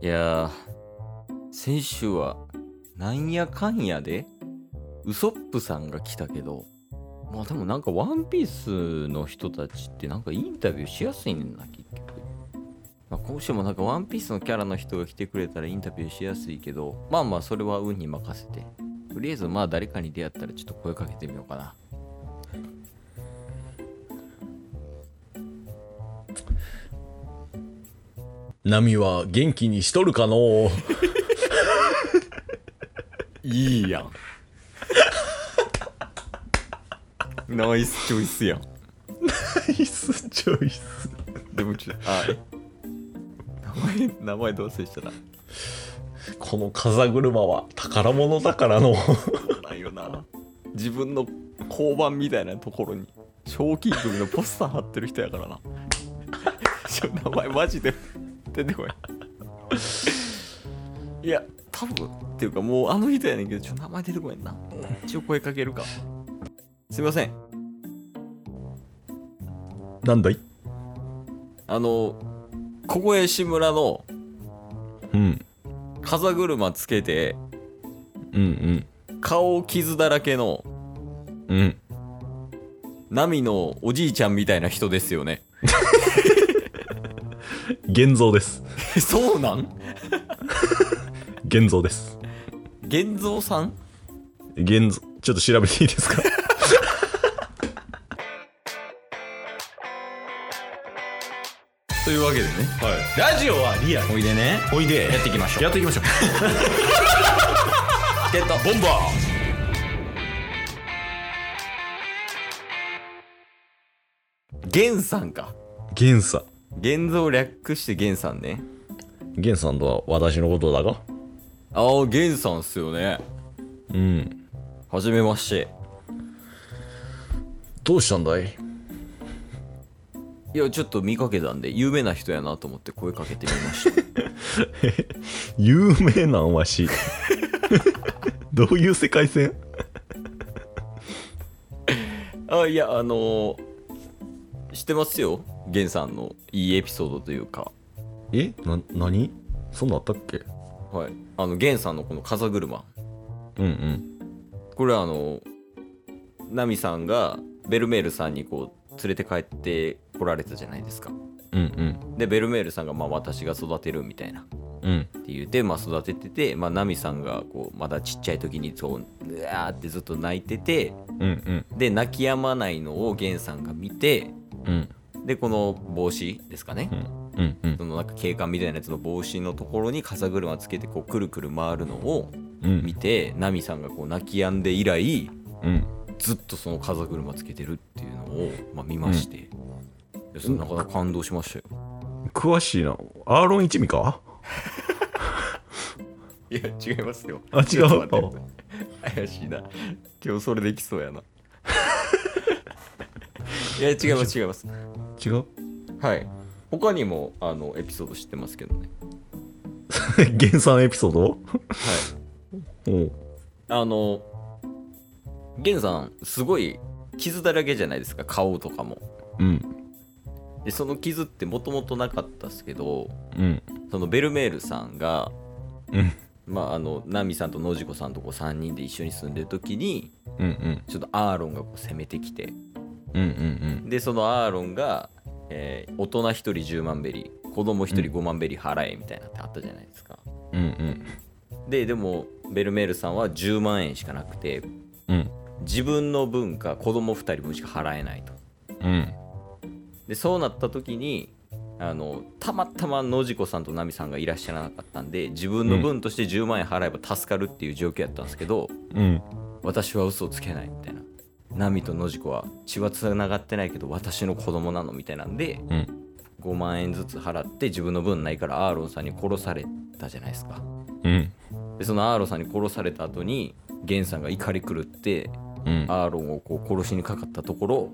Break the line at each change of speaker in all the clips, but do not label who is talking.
いやー、先週は、なんやかんやで、ウソップさんが来たけど、まあでもなんかワンピースの人たちってなんかインタビューしやすいねんな、結局。まあ、今週もなんかワンピースのキャラの人が来てくれたらインタビューしやすいけど、まあまあそれは運に任せて。とりあえずまあ誰かに出会ったらちょっと声かけてみようかな。
ナミは元気にしとるかの う
いいやん。ナイスチョイスやん。
ナイスチョイス
でもちょっと、あ、名前、名前どうせしたら。
この風車は宝物だからのう
ないよな。自分の交番みたいなところに、賞金組のポスター貼ってる人やからな。ちょ名前マジで出てこい。いや、多分っていうかもうあの人やねんけど、ちょ名前出てこいんな。一応声かけるか。すいません。
なんだい
あの、小越志村の
うん
風車つけて、
うん
顔傷だらけの、
うんうん
ナミのおじいちゃんみたいな人ですよね。
現像です
そうなん
現像です
現像さん
現像ちょっと調べていいです か
というわけでね。
ラジオはリアル
おいでね。
おいで
やっていきましょう
やっていきましょう
ゲット。
ボンバ
ゲンさんか。
ーゲンさん
現像略してゲンさんね。
ゲンさんとは私のことだが
ああ、ゲンさんっすよね。
うん
はじめまして。
どうしたんだい
いや、ちょっと見かけたんで、有名な人やなと思って声かけてみました。
有名なんわ しどういう世界線
あいや、あのー知ってますよ。ゲンさんのいいエピソードというか。
えな何そんなんあったっけ
はい。あの、ゲンさんのこの風車。
うんうん
これはあのナミさんがベルメールさんにこう連れて帰ってこられたじゃないですか
うん
でベルメールさんがまあ私が育てるみたいなっ
うんうん
て言って、まあ、育ててて、まあ、ナミさんがこうまだちっちゃい時にそううわーってずっと泣いてて
うん
で泣き止まないのをゲンさんが見て
うんうん
でこの帽子ですかね、
うんうん
そのなんか警官みたいなやつの帽子のところに風車つけてこうくるくる回るのを
うん
見て、ナミさんがこう泣き止んで以来
うん
ずっとその風車つけてるっていうのを、まあ、見まして、いやそれなかなか感動しましたよ
詳しいなアーロン一味か
いや違いますよ
あ違う
ちょっと待って怪しいな今日それできそうやな いや違います違います
違う
はい他にもあのエピソード知ってますけどね
原産エピソード
はい
おう
あのゲンさんすごい傷だらけじゃないですか顔とかも
うん
でその傷ってもともとなかったっすけど
うん
そのベルメールさんが
うん
まあ、あのナミさんとノジコさんとこう3人で一緒に住んでる時に
うんうん
ちょっとアーロンがこう攻めてきて
うんうん
でそのアーロンが、えー大人1人10万ベリー子供1人5万ベリー払えみたいなってあったじゃないですか、
うんうん
ででもベルメールさんは10万円しかなくて
うん
自分の分か子供2人分しか払えないと
うん
でそうなった時にあのたまたまノジコさんとナミさんがいらっしゃらなかったんで自分の分として10万円払えば助かるっていう状況やったんですけど、
うん
私は嘘をつけないみたいな。ナミとノジコは血はつながってないけど私の子供なのみたいなんで
うん
5万円ずつ払って自分の分ないからアーロンさんに殺されたじゃないですか
うん
でそのアーロンさんに殺された後にゲンさんが怒り狂って
うん
アーロンをこう殺しにかかったところ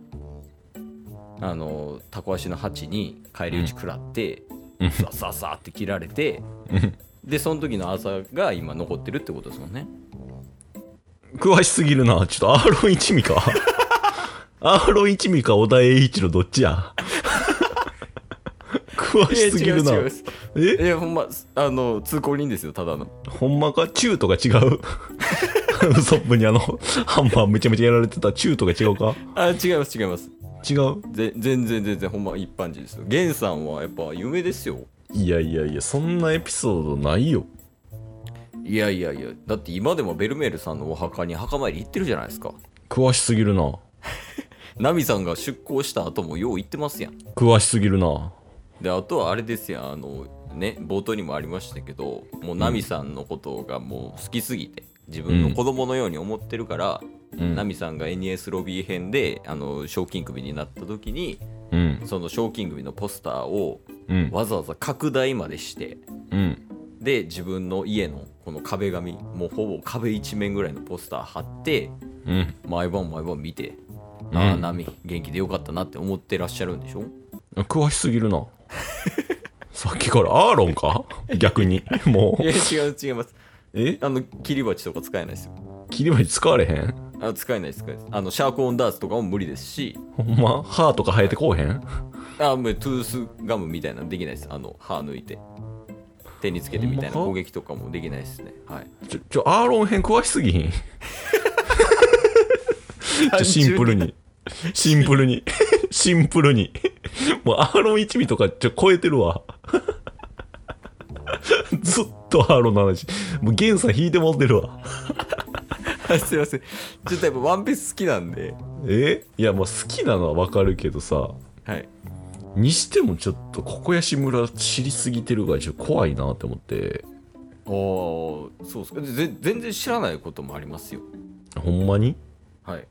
あのタコ足の鉢に返り討ち食らって
うん
ザザザって切られてでその時の朝が今残ってるってことですもんね
詳しすぎるなちょっとアーロン一味かアーロン一味か小田栄一のどっちや詳しすぎるな
違う違う違う
え
いやほんまあの通行人ですよただの
ほんまかチューとか違うウ ソップにあの、ハンマーめちゃめちゃやられてたチューとか違うか
あ違います違います
違う
ぜ全然全然ほんま一般人ですよゲンさんはやっぱ有名ですよ
いやいやいや、そんなエピソードないよ。
いやいやいやだって今でもベルメールさんのお墓に墓参り行ってるじゃないですか
詳しすぎるな。
ナミさんが出航した後もよう行ってますやん
詳しすぎるな。
であとはあれですやんあのね冒頭にもありましたけどもうナミさんのことがもう好きすぎて自分の子供のように思ってるから、
うん
ナミさんが NES ロビー編であの賞金首になった時に
うん。
その賞金首のポスターを
うん。
わざわざ拡大までして
うん。
で自分の家のこの壁紙もうほぼ壁一面ぐらいのポスター貼って
うん。
毎晩毎晩見て、
うん
ああナミ元気でよかったなって思ってらっしゃるんでしょ
詳しすぎるな。 さっきからアーロンか逆に。も
いや違う違います
う。え
あの切り鉢とか使えないですよ
切り鉢使われへん
あ使えないです使えないですあのシャークオンダースとかも無理ですし
ほんま歯とか生えてこうへん
あもうトゥースガムみたいなのできないですあの歯抜いて手につけてみたいな
ほんまか
攻撃とかもできないですねはい
ちょ、ちょ、アーロン編詳しすぎひん。 ちょ、シンプルに。シンプルに。シンプルに。もう、アーロン一味とか、ちょ、超えてるわ。ずっとアーロンの話。もう、ゲンさん引いてもってるわ。
あすいませんちょっとやっぱワンピース好きなんで
えいや、もう好きなのはわかるけどさ、
はい
にしてもちょっと、ここやし村知りすぎてるから、ちょ、怖いなって思って。
おーそうですかぜ全然知らないこともありますよ
ほんまに
はいい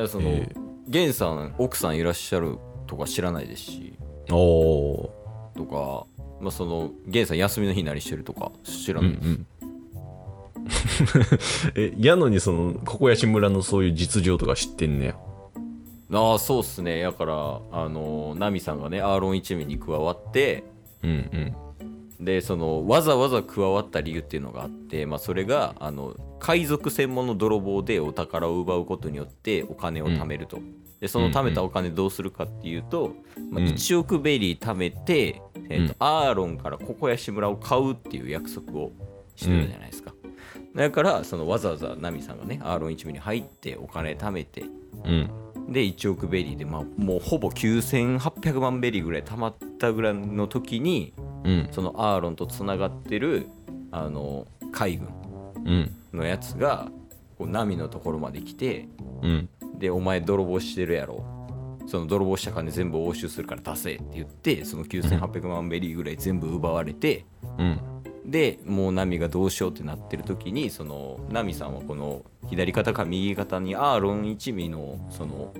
やその、
え
ゲンさん奥さんいらっしゃるとか知らないですし
おー。
とか、まあ、そのゲンさん休みの日何してるとか知ら
う
な
ん
い
う
です、
ん。え、やのにその、ここやし村のそういう実情とか知ってんねや。
ああそうっすねだからあのナミさんがねアーロン一味に加わって
うんうん。
でそのわざわざ加わった理由っていうのがあって、まあ、それがあの海賊専門の泥棒でお宝を奪うことによってお金を貯めると、でその貯めたお金どうするかっていうと、まあ、
うん
1億ベリー貯めて、えーと
うん
アーロンからここや志村を買うっていう約束をしてるじゃないですか、だからそのわざわざナミさんがねアーロン一味に入ってお金貯めて
うん。
で1億ベリーで、まあ、もうほぼ9800万ベリーぐらい貯まったぐらいの時に
うん。
そのアーロンとつながってるあの海軍
うん。
のやつがこうナミのところまで来て
うん。
でお前泥棒してるやろその泥棒した金全部押収するから出せって言ってその9800万ベリーぐらい全部奪われて
うん。
でもうナミがどうしようってなってる時にそのナミさんはこの左肩か右肩にアーロン一味のその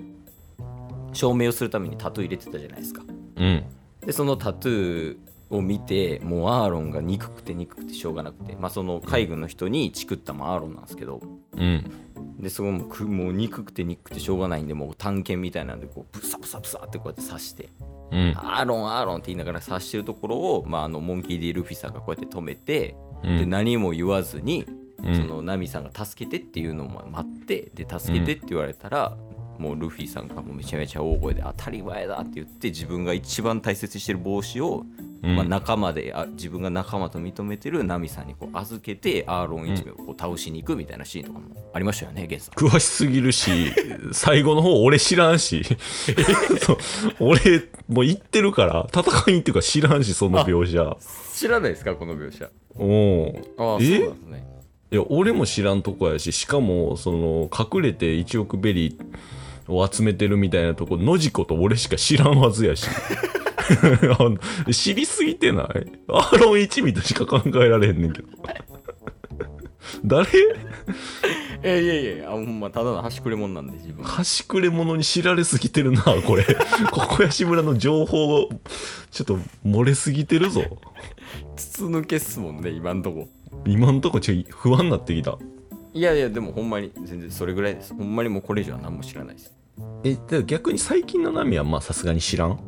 証明をするためにタトゥー入れてたじゃないですか。
うん。
でそのタトゥーを見てもうアーロンが憎くて憎くてしょうがなくて、まあ、その海軍の人にチクったもアーロンなんですけど
うん。
でそこもくもう憎くて憎くてしょうがないんでもう探検みたいなんでこうブサブサブサってこうやって刺して
うん。
アーロンアーロンって言いながら刺してるところを、まあ、あのモンキー・ディ・ルフィさんがこうやって止めて、
うん
で何も言わずに、
うん
そのナミさんが助けてっていうのを待ってで助けてって言われたら、もうルフィさんがもうめちゃめちゃ大声で当たり前だって言って自分が一番大切にしてる帽子を、
うん
まあ、仲間であ自分が仲間と認めてるナミさんにこう預けてアーロン一名をこう倒しに行くみたいなシーンとかもありましたよね、ゲンさん。
詳しすぎるし、最後の方俺知ら んし。そう俺、もう行ってるから、戦いっていうか知らんし、その描写。
知らないですかこの描写。
おう
ああそうなん
え
ですね。
いや俺も知らんとこやししかもその隠れて1億ベリーを集めてるみたいなとこ野次子と俺しか知らんはずやし あの知りすぎてないアーロン一味としか考えられへんねんけど誰
いやいやいや、あほんまただの端くれもんなんで自分。
端くれ者に知られすぎてるなこ れここやし村の情報をちょっと漏れすぎてるぞ
筒抜けっすもんね今んとこ。
今んとこちょい不安になってきた
いやいやでもほんまに全然それぐらいです。ほんまにもうこれ以上は何も知らないです。
えだから逆に最近の波はまあさすがに知らん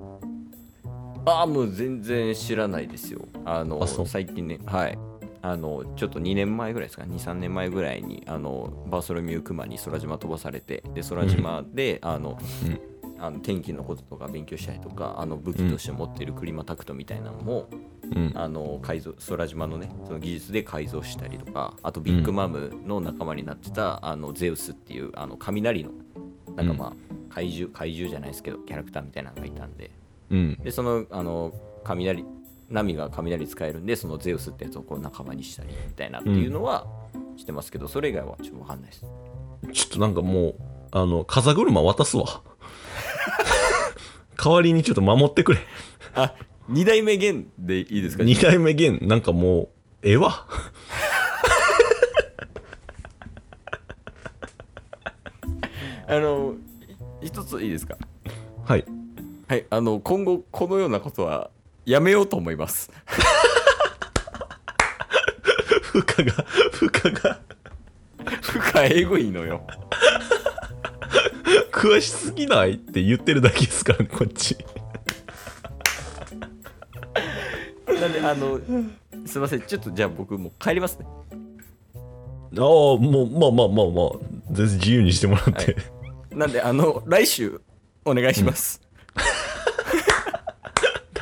ああもう全然知らないですよ。あの
あそう
最近ねはい。あのちょっと2年前ぐらいですか23年前ぐらいにあのバーソロミュークマに空島飛ばされてで空島で、あの、
うん
あの天気のこととか勉強したりとかあの武器として持っているクリマタクトみたいなのも、
うん。
あの改造空島のねその技術で改造したりとかあとビッグマムの仲間になってた、あのゼウスっていうあの雷のなんかまあ、怪獣怪獣じゃないですけどキャラクターみたいなのがいたんで
うん。
でそのあの雷ナミが雷使えるんでそのゼウスってやつをこう仲間にしたりみたいなっていうのはしてますけど、それ以外はちょっとわかんないです
ちょっとなんかもう、あの、風車渡すわ。 代わりにちょっと守ってくれ。
あ二2代目ゲンでいいですか
二代目ゲン、なんかもう、ええわ。
あのい一ついいですか
はい。
はいあの今後このようなことはやめようと思います
負荷が、負荷が、
負荷エグいのよ
詳しすぎないって言ってるだけですからね、こっち。
なんであのすいませんちょっとじゃあ僕もう帰りますね
ああ、もう、まあまあまあまあ、全然自由にしてもらって。
なんであの来週お願いします、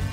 す